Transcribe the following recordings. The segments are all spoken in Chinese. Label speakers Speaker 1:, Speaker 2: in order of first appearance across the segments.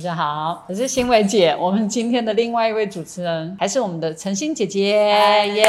Speaker 1: 家好，我是欣伟姐。我们今天的另外一位主持人还是我们的陈欣姐姐，耶、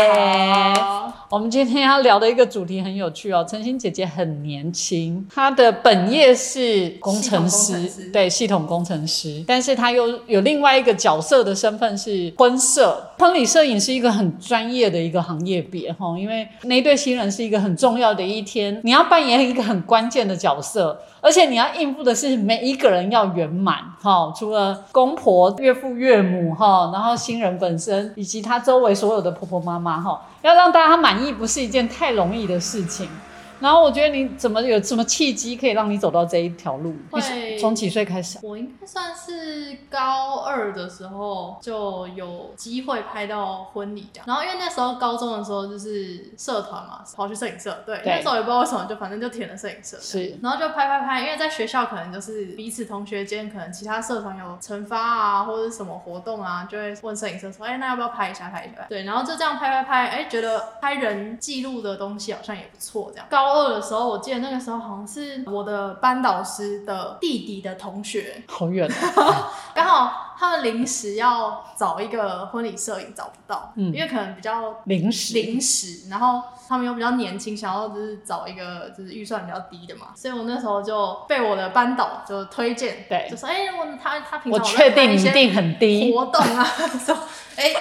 Speaker 1: 我们今天要聊的一个主题很有趣哦。陈欣姐姐很年轻，她的本业是工程师，
Speaker 2: 系统工程师
Speaker 1: 对，系统工程师，但是她又有另外一个角色的身份是婚摄。婚礼摄影是一个很专业的一个行业别哈，因为那一对新人是一个很重要的一天，你要扮演一个很关键的角色，而且你要应付的是每一个人要圆满哈，除了公婆、岳父、岳母哈，然后新人本身以及他周围所有的婆婆妈妈哈，要让大家满意不是一件太容易的事情。然后我觉得你怎么有什么契机可以让你走到这一条路？
Speaker 2: 会
Speaker 1: 你从几岁开始啊？
Speaker 2: 我应该算是高二的时候就有机会拍到婚礼这样，然后因为那时候高中的时候就是社团嘛，跑去摄影社，对，
Speaker 1: 对
Speaker 2: 那时候也不知道为什么，就反正就填了摄影社，
Speaker 1: 是
Speaker 2: 然后就拍拍拍，因为在学校可能就是彼此同学间，可能其他社团有惩罚啊，或者是什么活动啊，就会问摄影社说，哎、那要不要拍一下，拍一下？对，然后就这样拍拍拍，哎、觉得拍人记录的东西好像也不错，这样。高二的时候，我记得那个时候好像是我的班导师的弟弟的同学，
Speaker 1: 好远哦，
Speaker 2: 刚好他们临时要找一个婚礼摄影，找不到，
Speaker 1: 嗯
Speaker 2: 因为可能比较
Speaker 1: 零食
Speaker 2: 临时，然后他们又比较年轻，想要就是找一个就是预算比较低的嘛，所以我那时候就被我的班导就推荐，
Speaker 1: 对
Speaker 2: 就说哎、我他他平常
Speaker 1: 我
Speaker 2: 有在
Speaker 1: 确定
Speaker 2: 办
Speaker 1: 你一
Speaker 2: 些
Speaker 1: 定很低。
Speaker 2: 活动 啊，说哎、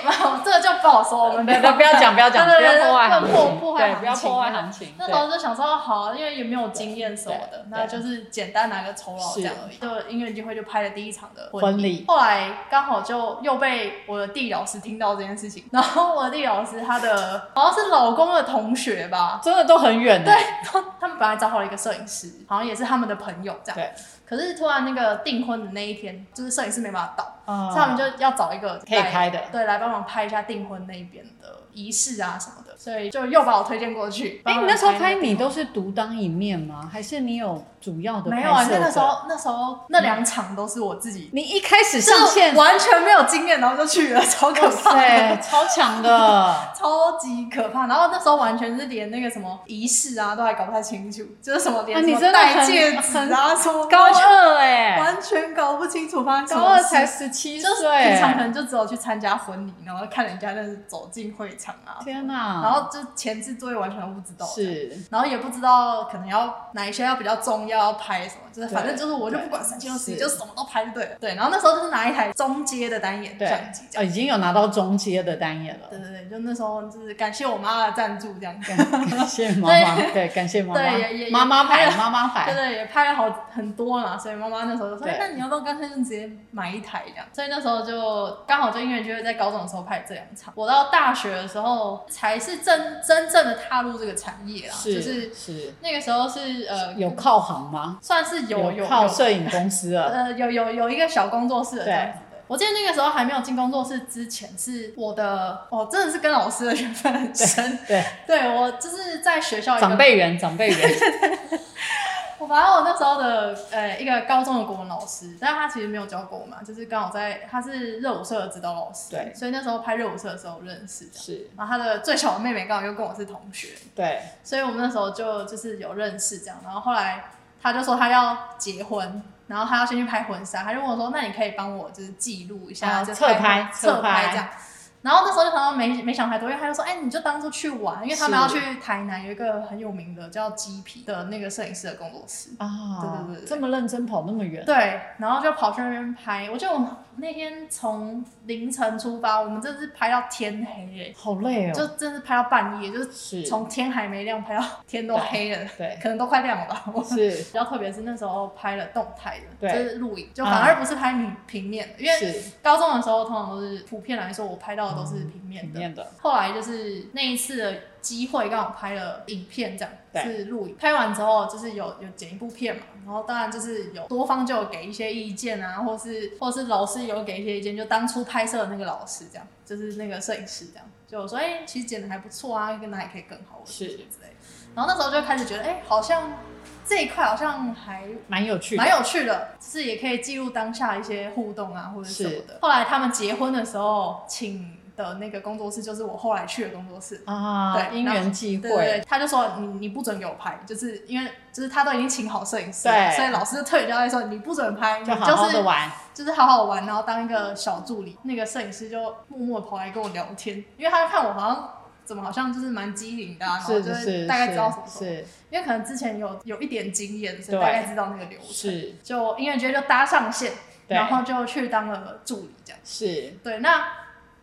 Speaker 2: 这个就不好说，我们
Speaker 1: 对对，不要讲，不要讲，
Speaker 2: 对
Speaker 1: 不
Speaker 2: 对对
Speaker 1: 要破坏行
Speaker 2: 不能
Speaker 1: 情，
Speaker 2: 破破坏
Speaker 1: 对，不要
Speaker 2: 行情
Speaker 1: 破坏行情。
Speaker 2: 那时
Speaker 1: 对
Speaker 2: 候就想说哦好，因为也没有经验什么
Speaker 1: 对
Speaker 2: 的
Speaker 1: 对，
Speaker 2: 那就是简单拿个酬劳这样而已。就音乐机会就拍了第一场的
Speaker 1: 婚
Speaker 2: 礼
Speaker 1: 礼，
Speaker 2: 后来刚好就又被我的地理老师听到这件事情，然后我的地理老师她的好像是老公的同学吧，
Speaker 1: 真的都很远的
Speaker 2: 对，，然后他们本来找好了一个摄影师，好像也是他们的朋友这样，
Speaker 1: 对，
Speaker 2: 可是突然那个订婚的那一天，就是摄影师没办法到，
Speaker 1: 嗯
Speaker 2: 所以他们就要找一个
Speaker 1: 可以
Speaker 2: 来
Speaker 1: 拍的
Speaker 2: 对，来帮忙拍一下订婚那边的仪式啊什么的，所以就又把我推荐过去。
Speaker 1: 哎，
Speaker 2: 帮
Speaker 1: 你
Speaker 2: 忙
Speaker 1: 那时候
Speaker 2: 那
Speaker 1: 拍
Speaker 2: 个
Speaker 1: 你都是独当一面吗？还是你有主要的？
Speaker 2: 没有啊？因为那时，候那时候那两场都是我自己
Speaker 1: 你一开始
Speaker 2: 就
Speaker 1: 上线，
Speaker 2: 完全没有经验，然后就去了，超可
Speaker 1: 哇
Speaker 2: 怕
Speaker 1: 塞，
Speaker 2: 的。。
Speaker 1: 超强的
Speaker 2: 超级可怕，然后那时候完全是连那个什么仪式啊，都还搞不太清楚，就是什么
Speaker 1: 啊
Speaker 2: 连
Speaker 1: 你
Speaker 2: 什么
Speaker 1: 真的
Speaker 2: 戴
Speaker 1: 很
Speaker 2: 戒指啊，什么
Speaker 1: 高
Speaker 2: 完全
Speaker 1: 二哎，
Speaker 2: 完全搞不清楚，发生什
Speaker 1: 高
Speaker 2: 么
Speaker 1: 二
Speaker 2: 事
Speaker 1: 才十七
Speaker 2: 就是平常
Speaker 1: 岁，
Speaker 2: 可能就只有去参加婚礼，然后看人家那是走进会场啊，
Speaker 1: 天哪！
Speaker 2: 然后就前置作业完全不知道，，
Speaker 1: 是
Speaker 2: 然后也不知道可能要哪一些要比较重要要拍什么，就是反正就是我就不管三七二十一，
Speaker 1: 是
Speaker 2: 就什么都拍就对了。对，然后那时候就是拿一台中阶的单眼
Speaker 1: 对
Speaker 2: 相机，，这
Speaker 1: 哦
Speaker 2: 样，
Speaker 1: 已经有拿到中阶的单眼了
Speaker 2: 对。对对，就那时候就是感谢我妈的赞助这样。
Speaker 1: 感 谢妈妈，对，感谢妈妈
Speaker 2: 对也也，也
Speaker 1: 妈妈
Speaker 2: 拍
Speaker 1: 牌，
Speaker 2: 了
Speaker 1: 妈妈牌
Speaker 2: 对，对，也拍了好很多嘛，所以妈妈那时候就说：“
Speaker 1: 对
Speaker 2: 哎那你要不要干脆就直接买一台这样？”所以那时候就刚好就因为就是在高中的时候拍这两场，我到大学的时候才是真真正的踏入这个产业啦，就是
Speaker 1: 是是，
Speaker 2: 那个时候是呃
Speaker 1: 有靠行吗？
Speaker 2: 算是有有
Speaker 1: 靠
Speaker 2: 有
Speaker 1: 摄影公司了，
Speaker 2: 呃有有有一个小工作室的这
Speaker 1: 对
Speaker 2: 样子的。我记得那个时候还没有进工作室之前，是我的哦，真的是跟老师的缘分很深。
Speaker 1: 对，
Speaker 2: 对我就是在学校一个
Speaker 1: 长辈缘，长辈 缘，
Speaker 2: 我反正我那时候的呃一个高中的国文老师，但他其实没有教过我嘛，啊就是刚好在他是热舞社的指导老师，
Speaker 1: 对
Speaker 2: 所以那时候拍热舞社的时候认识这样。
Speaker 1: 是
Speaker 2: 然后他的最小的妹妹刚好又跟我是同学，
Speaker 1: 对，
Speaker 2: 所以我们那时候就就是有认识这样。然后后来他就说他要结婚，然后他要先去拍婚纱，他就问我说：“那你可以帮我就是记录一下，
Speaker 1: 啊
Speaker 2: 就是
Speaker 1: 侧拍
Speaker 2: 侧
Speaker 1: 侧拍
Speaker 2: 这样。”然后那时候就想到没没想太多，因为他就说：“哎、你就当初去玩，因为他们要
Speaker 1: 是
Speaker 2: 去台南有一个很有名的叫鸡皮的那个摄影师的工作室。”
Speaker 1: 啊，
Speaker 2: 对对对对
Speaker 1: 这么认真跑那么远，
Speaker 2: 对，然后就跑去那边拍。我就那天从凌晨出发，我们真的是拍到天黑耶、
Speaker 1: 好累
Speaker 2: 就
Speaker 1: 哦，
Speaker 2: 真的是拍到半夜，就是
Speaker 1: 是，
Speaker 2: 从天还没亮拍到天都黑了，
Speaker 1: 对
Speaker 2: 可能都快亮了吧。我
Speaker 1: 是
Speaker 2: 比较特别是那时候拍了动态的，
Speaker 1: 对
Speaker 2: 就是录影，就反而不是拍平平面的，因为
Speaker 1: 是
Speaker 2: 高中的时候通常都是普遍来说，我拍到的都是平面
Speaker 1: 里
Speaker 2: 的。
Speaker 1: 面的，
Speaker 2: 后来就是那一次的机会，刚好拍了影片，这样
Speaker 1: 对
Speaker 2: 是录影。拍完之后就是有有剪一部片嘛，然后当然就是有多方就有给一些意见啊，或是或是老师有给一些意见，就当初拍摄的那个老师这样，就是那个摄影师这样，就我说哎、其实剪的还不错啊，跟哪里可以更好，或者
Speaker 1: 是
Speaker 2: 什么之类的。然后那时候就开始觉得哎、好像这一块好像还
Speaker 1: 蛮有趣
Speaker 2: 蛮
Speaker 1: 的，
Speaker 2: 有趣的，就是也可以记录当下一些互动啊，或者什么
Speaker 1: 是
Speaker 2: 的。后来他们结婚的时候，请的那个工作室，就是我后来去的工作室。
Speaker 1: 啊，
Speaker 2: 对
Speaker 1: 因
Speaker 2: 然后
Speaker 1: 缘际
Speaker 2: 对对
Speaker 1: 会，
Speaker 2: 对，他就说嗯你你不准给我拍，就是因为就是他都已经请好摄影师，
Speaker 1: 对
Speaker 2: 所以老师就特别交代说你不准拍，你
Speaker 1: 就好好
Speaker 2: 是
Speaker 1: 的玩。
Speaker 2: 嗯就是好好玩，然后当一个小助理。那个摄影师就默默跑来跟我聊天，因为他看我好像怎么好像就是蛮机灵的、啊，然后
Speaker 1: 是
Speaker 2: 就是
Speaker 1: 是，
Speaker 2: 大概知道什么时候，
Speaker 1: 是
Speaker 2: 因为可能之前有有一点经验，所以
Speaker 1: 对
Speaker 2: 大概知道那个流程。
Speaker 1: 是
Speaker 2: 就音乐节就搭上线，
Speaker 1: 对
Speaker 2: 然后就去当了助理这样。
Speaker 1: 是，
Speaker 2: 对，那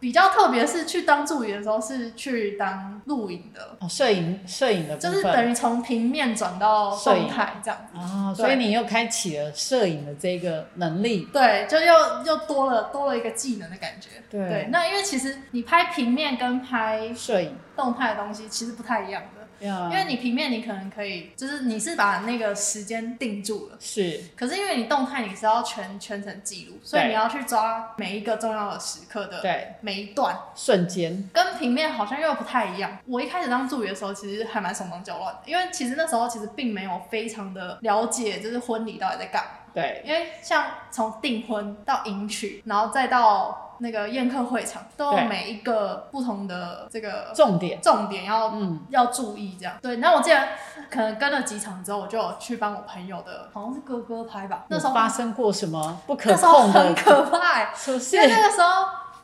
Speaker 2: 比较特别是去当助理的时候是去当录影的，
Speaker 1: 哦，摄影摄影的部
Speaker 2: 就是
Speaker 1: 分
Speaker 2: 等于从平面转到
Speaker 1: 摄影
Speaker 2: 动态这样子。
Speaker 1: 啊，
Speaker 2: 对
Speaker 1: 所以你又开启了摄影的这个能力，
Speaker 2: 对，就又又多了多了一个技能的感觉。
Speaker 1: 对
Speaker 2: 那因为其实你拍平面跟拍
Speaker 1: 摄影，
Speaker 2: 动态的东西其实不太一样的，
Speaker 1: 因
Speaker 2: 因为你平面你可能可以，就是你是把那个时间定住了。
Speaker 1: 是
Speaker 2: 可是因为你动态你是要全全程记录，所以
Speaker 1: 对
Speaker 2: 你要去抓每一个重要的时刻的
Speaker 1: 对
Speaker 2: 每一段，
Speaker 1: 瞬间
Speaker 2: 跟平面好像又不太一样。我一开始当助理的时候，其实还蛮手忙脚乱的，因为其实那时候其实并没有非常的了解，就是婚礼到底在干嘛。
Speaker 1: 对
Speaker 2: 因为像从订婚到迎娶，然后再到那个宴客会场，都
Speaker 1: 对
Speaker 2: 有每一个不同的这个
Speaker 1: 重点，
Speaker 2: 重点要、
Speaker 1: 嗯
Speaker 2: 要注意这样。对，然后我记得可能跟了几场之后，我就有去帮我朋友的，好像是哥哥拍吧，那时候
Speaker 1: 有发生过什么不可
Speaker 2: 那时候
Speaker 1: 控
Speaker 2: 很
Speaker 1: 的，
Speaker 2: 可怕、欸，
Speaker 1: 是不是
Speaker 2: 因为那个时候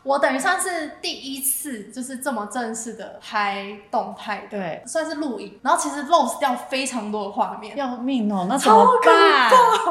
Speaker 2: 我等于算是第一次就是这么正式的拍动态的，
Speaker 1: 对，
Speaker 2: 算是录影，然后其实 lose 掉非常多的画面，
Speaker 1: 要命哦，那怎
Speaker 2: 超
Speaker 1: 么
Speaker 2: 可
Speaker 1: 办？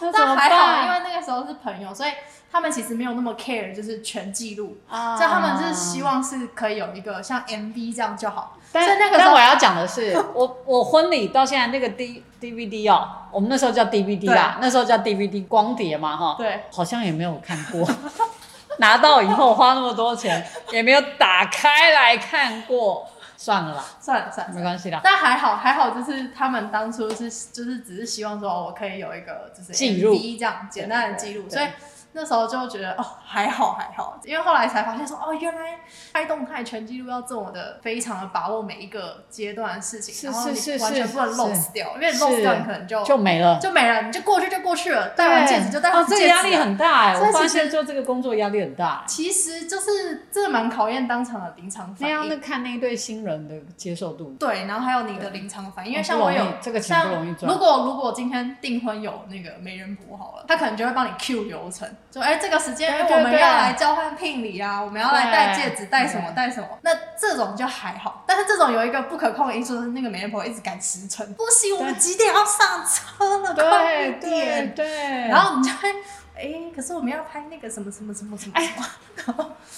Speaker 1: 那怎
Speaker 2: 但
Speaker 1: 么
Speaker 2: 还好，因
Speaker 1: 办？
Speaker 2: 为那个时候是朋友，所以他们其实没有那么 care，就是全记录。
Speaker 1: 啊
Speaker 2: 所以他们是希望是可以有一个像 MV 这样就好。所
Speaker 1: 但
Speaker 2: 以那个时
Speaker 1: 但
Speaker 2: 候
Speaker 1: 我要讲的是，我我婚礼到现在那个 D DVD 哦，我们那时候叫 DVD 啦，啊那时候叫 DVD 光碟嘛哈，
Speaker 2: 对，
Speaker 1: 好像也没有看过， 拿到以后花那么多钱也没有打开来看过，算了啦，
Speaker 2: 算了算了。
Speaker 1: 没关系啦，
Speaker 2: 但还好，还好，就是他们当初是就是只是希望说，我可以有一个就是
Speaker 1: 记录
Speaker 2: MV 这样简单的记录，
Speaker 1: 对
Speaker 2: 所以那时候就觉得哦还好还好，因为后来才发现说哦原来拍动态全记录要这么的非常的把握每一个阶段的事情，
Speaker 1: 是
Speaker 2: 然后
Speaker 1: 是是
Speaker 2: 你完全
Speaker 1: 是
Speaker 2: 不能
Speaker 1: 是
Speaker 2: lose 掉，因为
Speaker 1: 是
Speaker 2: lose 掉你可能就
Speaker 1: 就没了。
Speaker 2: 就没了，你就过去就过去了，戴完戒指就戴完
Speaker 1: 哦，
Speaker 2: 戒
Speaker 1: 这
Speaker 2: 指。
Speaker 1: 个压力。很大哎、
Speaker 2: 所以
Speaker 1: 我发
Speaker 2: 其实
Speaker 1: 现做这个工作压力很大、欸。
Speaker 2: 其实就是这蛮考验当场的临场
Speaker 1: 那
Speaker 2: 反
Speaker 1: 要
Speaker 2: 应，
Speaker 1: 那看那一对新人的接受度，
Speaker 2: 对，然后还有你的临场反应，因为
Speaker 1: 哦
Speaker 2: 像
Speaker 1: 不
Speaker 2: 我
Speaker 1: 容易
Speaker 2: 有、
Speaker 1: 这个钱不
Speaker 2: 像
Speaker 1: 容易赚
Speaker 2: 如果如果今天订婚有那个媒人婆好了，他可能就会帮你 Q 流程，就哎、这个时间
Speaker 1: 对
Speaker 2: 哎
Speaker 1: 对
Speaker 2: 我们
Speaker 1: 对
Speaker 2: 要来交换聘礼啊，我们要来
Speaker 1: 对
Speaker 2: 戴戒指，戴什么
Speaker 1: 对
Speaker 2: 戴什么，那这种就还好，但是这种有一个不可控的因素是那个媒人婆一直赶时辰，不行，我们
Speaker 1: 对
Speaker 2: 几点要上车了，快
Speaker 1: 对
Speaker 2: 一
Speaker 1: 对
Speaker 2: 点，
Speaker 1: 对。
Speaker 2: 然后你就会，哎、可是我们要拍那个什么什么什 么什么，哎，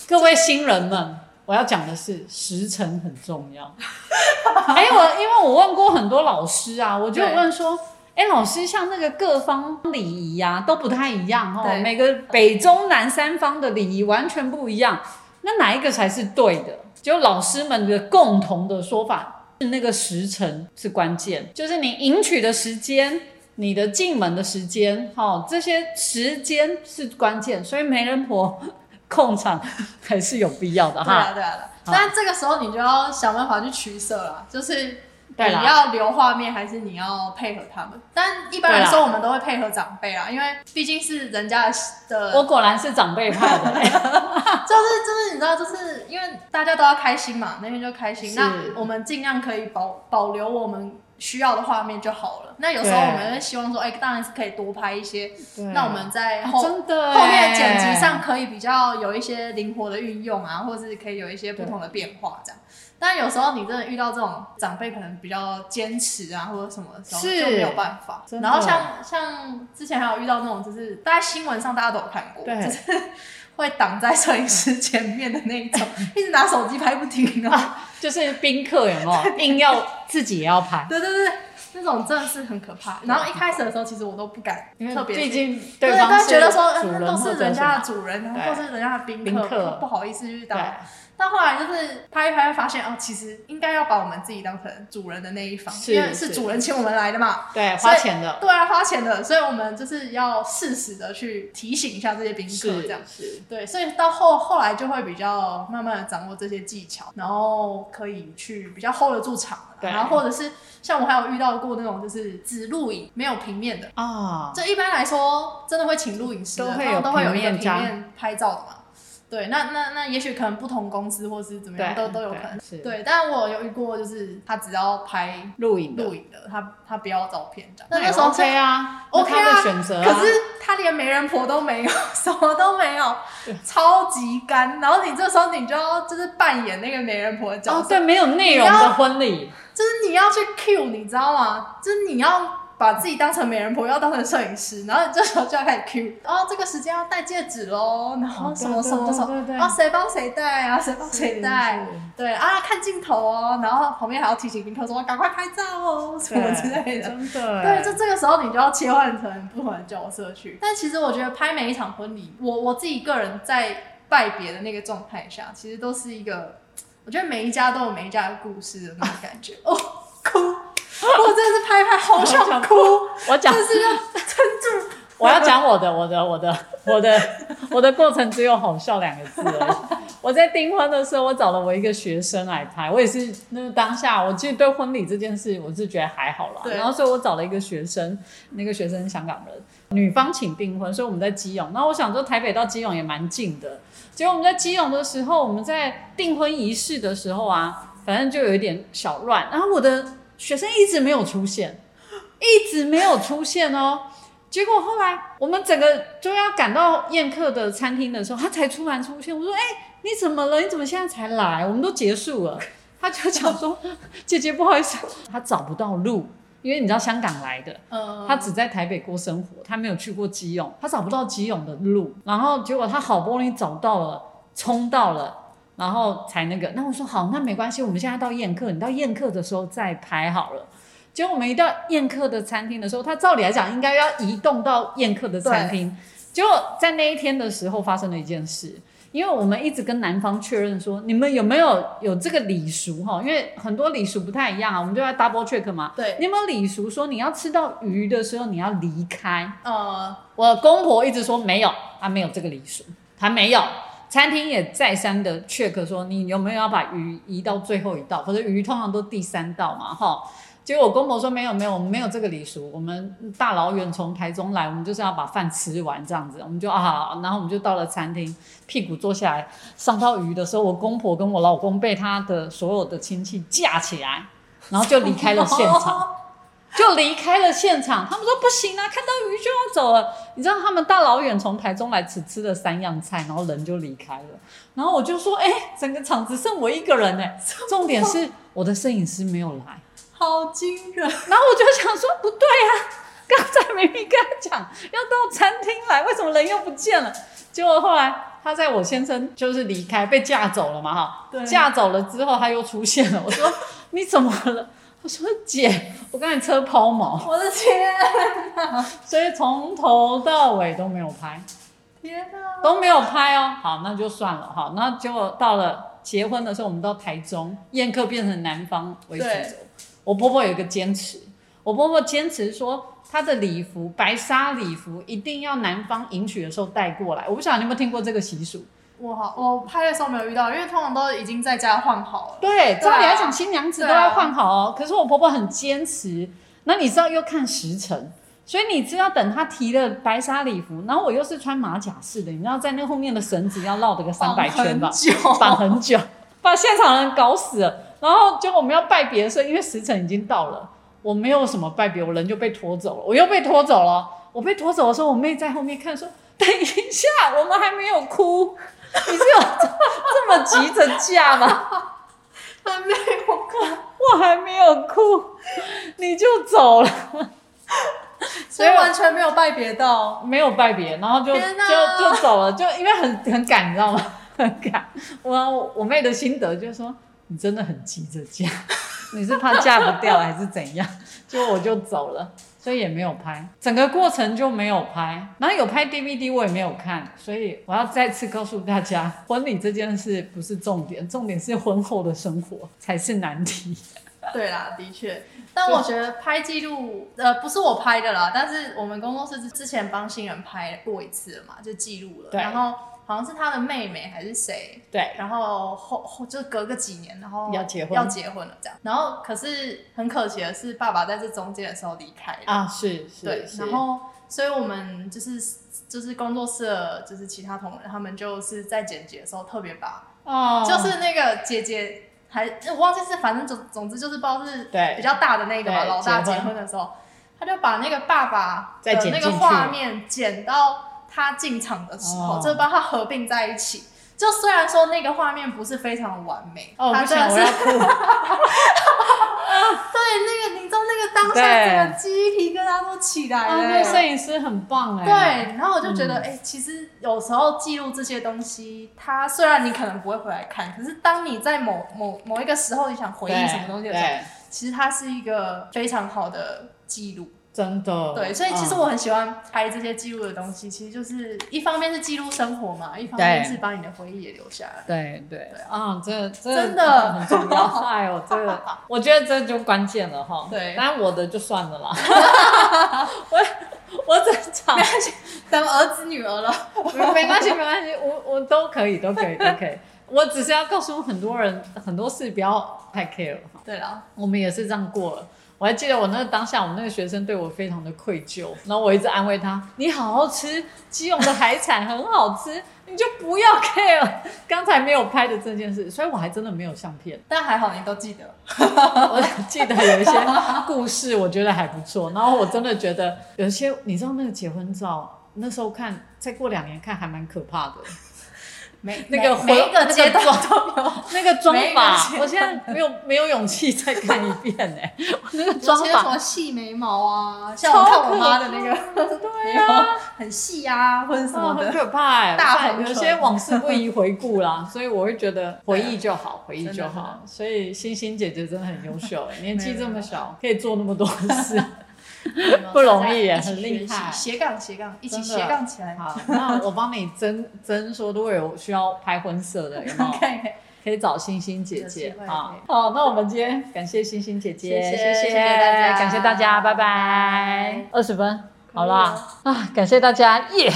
Speaker 1: 各位新人们，我要讲的是时辰很重要。哎、我因为我问过很多老师啊，我就有问说。哎，老师，像那个各方礼仪呀、啊、都不太一样哦，
Speaker 2: 对
Speaker 1: 每个北中南三方的礼仪完全不一样，那哪一个才是对的？就老师们的共同的说法是那个时辰是关键，就是你迎娶的时间、你的进门的时间，哈、哦，这些时间是关键，所以媒人婆控场还是有必要的
Speaker 2: 对啊
Speaker 1: 哈。
Speaker 2: 对啊对啊，但这个时候你就要想办法去取舍啦，就是。你
Speaker 1: 对啦
Speaker 2: 要留画面还是你要配合他们？但一般来
Speaker 1: 对
Speaker 2: 说，我们都会配合长辈啊啦，因为毕竟是人家的，啊
Speaker 1: 我果然是长辈派 的、
Speaker 2: 就是就是你知道，就是因为大家都要开心嘛，那天就开心。
Speaker 1: 是
Speaker 2: 那我们尽量可以保保留我们需要的画面就好了。那有时候
Speaker 1: 对
Speaker 2: 我们会希望说，哎、当然是可以多拍一些。
Speaker 1: 对
Speaker 2: 那我们在
Speaker 1: 啊
Speaker 2: 后、
Speaker 1: 真的
Speaker 2: 后面剪
Speaker 1: 耶
Speaker 2: 辑上可以比较有一些灵活的运用啊，或者是可以有一些不同的变化这样。但有时候你真的遇到这种长辈可能比较坚持啊，或者什么的时候
Speaker 1: 是
Speaker 2: 就没有办法。
Speaker 1: 真的
Speaker 2: 然后像像之前还有遇到那种，就是大家新闻上大家都有看过，
Speaker 1: 对
Speaker 2: 就是会挡在摄影师前面的那一 种，一直拿手机拍不停啊。
Speaker 1: 就是宾客有 没有硬要自己也要拍？
Speaker 2: 对对对，那种真的是很可怕。然后一开始的时候，其实我都不敢
Speaker 1: 因为
Speaker 2: 特别去
Speaker 1: 毕竟
Speaker 2: 对，
Speaker 1: 方
Speaker 2: 他
Speaker 1: 是
Speaker 2: 觉得说
Speaker 1: 主
Speaker 2: 呃
Speaker 1: 人
Speaker 2: 那都
Speaker 1: 或
Speaker 2: 是
Speaker 1: 者
Speaker 2: 人
Speaker 1: 什么
Speaker 2: 家的主人，
Speaker 1: 对
Speaker 2: 或是人家的宾
Speaker 1: 宾客
Speaker 2: 不好意思去
Speaker 1: 对
Speaker 2: 打。但后来就是拍一拍，发现哦，其实应该要把我们自己当成主人的那一方，
Speaker 1: 是
Speaker 2: 因为
Speaker 1: 是
Speaker 2: 是主人请我们来的嘛。
Speaker 1: 对
Speaker 2: 所以
Speaker 1: 花钱的，
Speaker 2: 对啊，花钱的，所以我们就是要适时的去提醒一下这些宾客，
Speaker 1: 是
Speaker 2: 这样。
Speaker 1: 是
Speaker 2: 对，所以到后后来就会比较慢慢的掌握这些技巧，然后可以去比较 hold 得住场了啦，
Speaker 1: 对
Speaker 2: 然后或者是像我还有遇到过那种就是只录影没有平面的，
Speaker 1: 啊，
Speaker 2: 这一般来说，真的会请录影师的，
Speaker 1: 都
Speaker 2: 他
Speaker 1: 会
Speaker 2: 们
Speaker 1: 有
Speaker 2: 都会有一
Speaker 1: 平
Speaker 2: 个
Speaker 1: 面
Speaker 2: 平
Speaker 1: 张
Speaker 2: 面拍照的嘛。对，那那那也许可能不同公司或是怎么样
Speaker 1: 对
Speaker 2: 都都有可能
Speaker 1: 对是。
Speaker 2: 对，但我有遇过，就是他只要拍
Speaker 1: 录影的
Speaker 2: 录影的，他他不要照片这样。
Speaker 1: 那
Speaker 2: 那时候
Speaker 1: OK 啊那
Speaker 2: OK 啊
Speaker 1: 他的选择、啊。
Speaker 2: 可是他连媒人婆都没有，什么都没有，超级干。然后你这时候你就要就是扮演那个媒人婆的角
Speaker 1: 哦，
Speaker 2: 色，
Speaker 1: 对，没有内容
Speaker 2: 你
Speaker 1: 的
Speaker 2: 要
Speaker 1: 婚礼，
Speaker 2: 就是你要去 cue，你知道吗？就是你要把自己当成媒人婆，要当成摄影师，然后你这时候就要开始 cue，哦，这个时间要戴戒指喽，然后
Speaker 1: 哦
Speaker 2: 什么
Speaker 1: 对
Speaker 2: 什么
Speaker 1: 对
Speaker 2: 什么哦
Speaker 1: 对，对
Speaker 2: 然后谁帮谁戴啊，谁帮谁戴
Speaker 1: 是是，
Speaker 2: 对啊，看镜头哦，然后旁边还要提醒镜头说赶快拍照哦，什么之类的。
Speaker 1: 真的哎
Speaker 2: 对，就这个时候你就要切换成不同的角色去。但其实我觉得拍每一场婚礼，我我自己个人在拜别的那个状态下，其实都是一个，我觉得每一家都有每一家的故事的那种感觉。哦，哭！我真的是拍拍好想哭，
Speaker 1: 我讲
Speaker 2: 但，是要撑住。
Speaker 1: 我要讲我的，我的，我的，我的，我的过程只有吼笑两个字而已。 我在订婚的时候，我找了我一个学生来拍，我也是那个当下，我其实对婚礼这件事，我是觉得还好啦。
Speaker 2: 对
Speaker 1: 然后，所以我找了一个学生，那个学生是香港人，女方请订婚，所以我们在基隆。然后我想说，台北到基隆也蛮近的，结果我们在基隆的时候，我们在订婚仪式的时候啊，反正就有一点小乱。然后我的学生一直没有出现，一直没有出现哦。结果后来我们整个就要赶到宴客的餐厅的时候，他才突然出现。我说：“哎、你怎么了？你怎么现在才来？我们都结束了。”他就讲说：“ 姐姐，不好意思，他找不到路，因为你知道香港来的，
Speaker 2: 嗯，
Speaker 1: 他只在台北过生活，他没有去过基隆，他找不到基隆的路，然后结果他好不容易找到了，冲到了，然后才那个。那我说好，那没关系，我们现在到宴客，你到宴客的时候再拍好了。结果我们一到宴客的餐厅的时候，他照理来讲应该要移动到宴客的餐厅，结果在那一天的时候发生了一件事。因为我们一直跟男方确认说，你们有没有有这个礼俗哈？因为很多礼俗不太一样啊，我们就要 double check 嘛。
Speaker 2: 对，
Speaker 1: 你有没有礼俗说你要吃到鱼的时候你要离开？
Speaker 2: 呃，
Speaker 1: 我公婆一直说没有，她没有这个礼俗，她没有。餐厅也再三的 check 说你有没有要把鱼移到最后一道，可是鱼通常都第三道嘛，哈。结果我公婆说没有没有，我们没有这个礼俗，我们大老远从台中来，我们就是要把饭吃完这样子，我们就啊，然后我们就到了餐厅，屁股坐下来，上到鱼的时候，我公婆跟我老公被他的所有的亲戚架起来，然后就离开了现场。就离开了现场。他们说不行啊，看到鱼就要走了。你知道他们大老远从台中来，只吃了三样菜，然后人就离开了。然后我就说，哎、整个场只剩我一个人哎、重点是我的摄影师没有来。
Speaker 2: 好惊人。
Speaker 1: 然后我就想说，不对啊， 刚才明明跟他讲要到餐厅来，为什么人又不见了？结果后来他在我先生就是离开，被架走了嘛哈，
Speaker 2: 对
Speaker 1: 架走了之后他又出现了，我说你怎么了？我说姐，我刚才车抛锚，
Speaker 2: 我的天，
Speaker 1: 所以从头到尾都没有拍，
Speaker 2: 天哪！
Speaker 1: 都没有拍哦。好，那就算了哈。那结果到了结婚的时候，我们到台中宴客变成南方为主轴
Speaker 2: 对。
Speaker 1: 我婆婆有一个坚持，我婆婆坚持说她的礼服白纱礼服一定要南方迎娶的时候带过来。我不晓得你有没有听过这个习俗？
Speaker 2: 我好，我拍的时候没有遇到，因为通常都已经在家换好了。
Speaker 1: 对，
Speaker 2: 啊
Speaker 1: 照理来讲新娘子都要换好哦。可是我婆婆很坚持，那你知道又看时辰，所以你知道等她提了白纱礼服，然后我又是穿马甲式的，你知道在那后面的绳子要绕的个三百圈吧
Speaker 2: 绑，很久
Speaker 1: 绑很久，把现场人搞死了。然后结果我们要拜别的时候，因为时辰已经到了，我没有什么拜别，我人就被拖走了，我又被拖走了。我被拖走的时候，我妹在后面看说：“等一下，我们还没有哭，你是有这这么急着嫁吗？”
Speaker 2: 还没有看，
Speaker 1: 我还没有哭，你就走了，
Speaker 2: 所以完全没有拜别到。
Speaker 1: 没有拜别，然后就就
Speaker 2: 天哪
Speaker 1: 就走了，就因为很很赶，你知道吗？ 很赶。我我妹的心得就是说，你真的很急着嫁， 你是怕嫁不掉还是怎样？就我就走了，所以也没有拍，整个过程就没有拍。然后有拍 DVD 我也没有看，所以我要再次告诉大家，婚礼这件事不是重点，重点是婚后的生活才是难题。
Speaker 2: 对啦，的确，但我觉得拍记录，呃，不是我拍的啦，但是我们工作室之前帮新人拍过一次了嘛，就记录了。
Speaker 1: 对
Speaker 2: 然后好像是他的妹妹还是谁，
Speaker 1: 对，
Speaker 2: 然后后后就隔个几年，然后
Speaker 1: 要结婚
Speaker 2: 要结婚了这样。然后可是很可惜的是，爸爸在这中间的时候离开了。
Speaker 1: 啊，是是，
Speaker 2: 对，
Speaker 1: 是
Speaker 2: 然后所以我们就是就是工作室的就是其他同仁，他们就是在剪辑的时候特别把，
Speaker 1: 哦，
Speaker 2: 就是那个姐姐还我忘记是反正总总之就是不知道是
Speaker 1: 对
Speaker 2: 比较大的那个嘛，
Speaker 1: 对
Speaker 2: 老大
Speaker 1: 结
Speaker 2: 结
Speaker 1: 婚
Speaker 2: 婚的时候，他就把那个爸爸
Speaker 1: 再
Speaker 2: 的
Speaker 1: 剪
Speaker 2: 那
Speaker 1: 进
Speaker 2: 个
Speaker 1: 去
Speaker 2: 画面剪到他进场的时候，
Speaker 1: 哦
Speaker 2: 就把它合并在一起。就虽然说那个画面不是非常完美，
Speaker 1: 哦，我
Speaker 2: 他
Speaker 1: 不
Speaker 2: 真的
Speaker 1: 想
Speaker 2: 是
Speaker 1: 我要哭，
Speaker 2: 对那个，你知道那个当下
Speaker 1: 对
Speaker 2: 整个记忆体跟他都起来
Speaker 1: 哦，
Speaker 2: 了、
Speaker 1: 那摄影师很棒哎，
Speaker 2: 对，然后我就觉得，哎、其实有时候记录这些东西，它虽然你可能不会回来看，可是当你在某某某一个时候，你想回忆什么东西的时候，
Speaker 1: 对，
Speaker 2: 其实它是一个非常好的记录。
Speaker 1: 真的，
Speaker 2: 对，所以其实
Speaker 1: 嗯
Speaker 2: 我很喜欢拍这些记录的东西，其实就是一方面是记录生活嘛，一方面
Speaker 1: 对
Speaker 2: 是把你的回忆也留下来。
Speaker 1: 对对
Speaker 2: 对，
Speaker 1: 啊，这这
Speaker 2: 真的
Speaker 1: 很重要，哎呦，这 个我觉得这就关键了哈。
Speaker 2: 对
Speaker 1: 当然我的就算 了啦。我我在场，
Speaker 2: 等儿子女儿了，
Speaker 1: 没关系没关系，我我都可以都可以都可以。我只是要告诉很多人很多事不要太 care 哈，
Speaker 2: 对了，
Speaker 1: 我们也是这样过了。我还记得我那个当下，我们那个学生对我非常的愧疚，然后我一直安慰他：“你好好吃，基隆的海产很好吃，你就不要 care 刚才没有拍的这件事。”所以我还真的没有相片。
Speaker 2: 但还好你都记得。
Speaker 1: 我记得有一些故事，我觉得还不错。然后我真的觉得有一些，你知道那个结婚照，那时候看，再过两年看还蛮可怕的。
Speaker 2: 每
Speaker 1: 那个
Speaker 2: 每每一
Speaker 1: 回
Speaker 2: 个阶段都有，
Speaker 1: 那个妆
Speaker 2: 没
Speaker 1: 法
Speaker 2: 有钱，
Speaker 1: 我现在没有没有勇气再看一遍欸呢、我那个
Speaker 2: 有
Speaker 1: 妆
Speaker 2: 些什
Speaker 1: 法，
Speaker 2: 么细眉毛啊，像我看我妈的那个，
Speaker 1: 对 啊，
Speaker 2: 很细啊，或者什
Speaker 1: 哦，
Speaker 2: 么
Speaker 1: 很
Speaker 2: 的。
Speaker 1: 可怕哎、
Speaker 2: 大
Speaker 1: 反
Speaker 2: 红
Speaker 1: 有
Speaker 2: 唇
Speaker 1: 些往事不宜回顾啦， 所以我会觉得回忆就好，回忆
Speaker 2: 真的
Speaker 1: 就
Speaker 2: 啊真
Speaker 1: 好
Speaker 2: 的。
Speaker 1: 所以星星姐姐真的很优秀、 欸，年纪
Speaker 2: 没有
Speaker 1: 这么
Speaker 2: 没有
Speaker 1: 小可以做那么多事。不
Speaker 2: 不
Speaker 1: 容易耶很厉害
Speaker 2: 斜杠斜杠，一起
Speaker 1: 真的
Speaker 2: 斜杠起来，
Speaker 1: 好，那我帮你征征说，如果有需要拍婚摄的，有 没有？
Speaker 2: 看一看。
Speaker 1: 可以找星星姐姐
Speaker 2: 有机会
Speaker 1: 啊。好，那我们今天感谢星星姐姐，
Speaker 2: 谢
Speaker 1: 谢
Speaker 2: 谢谢谢大家
Speaker 1: 感谢大家，拜
Speaker 2: 拜
Speaker 1: 拜
Speaker 2: 拜。
Speaker 1: 二十分，好
Speaker 2: 可以
Speaker 1: 啦啊，感谢大家，耶、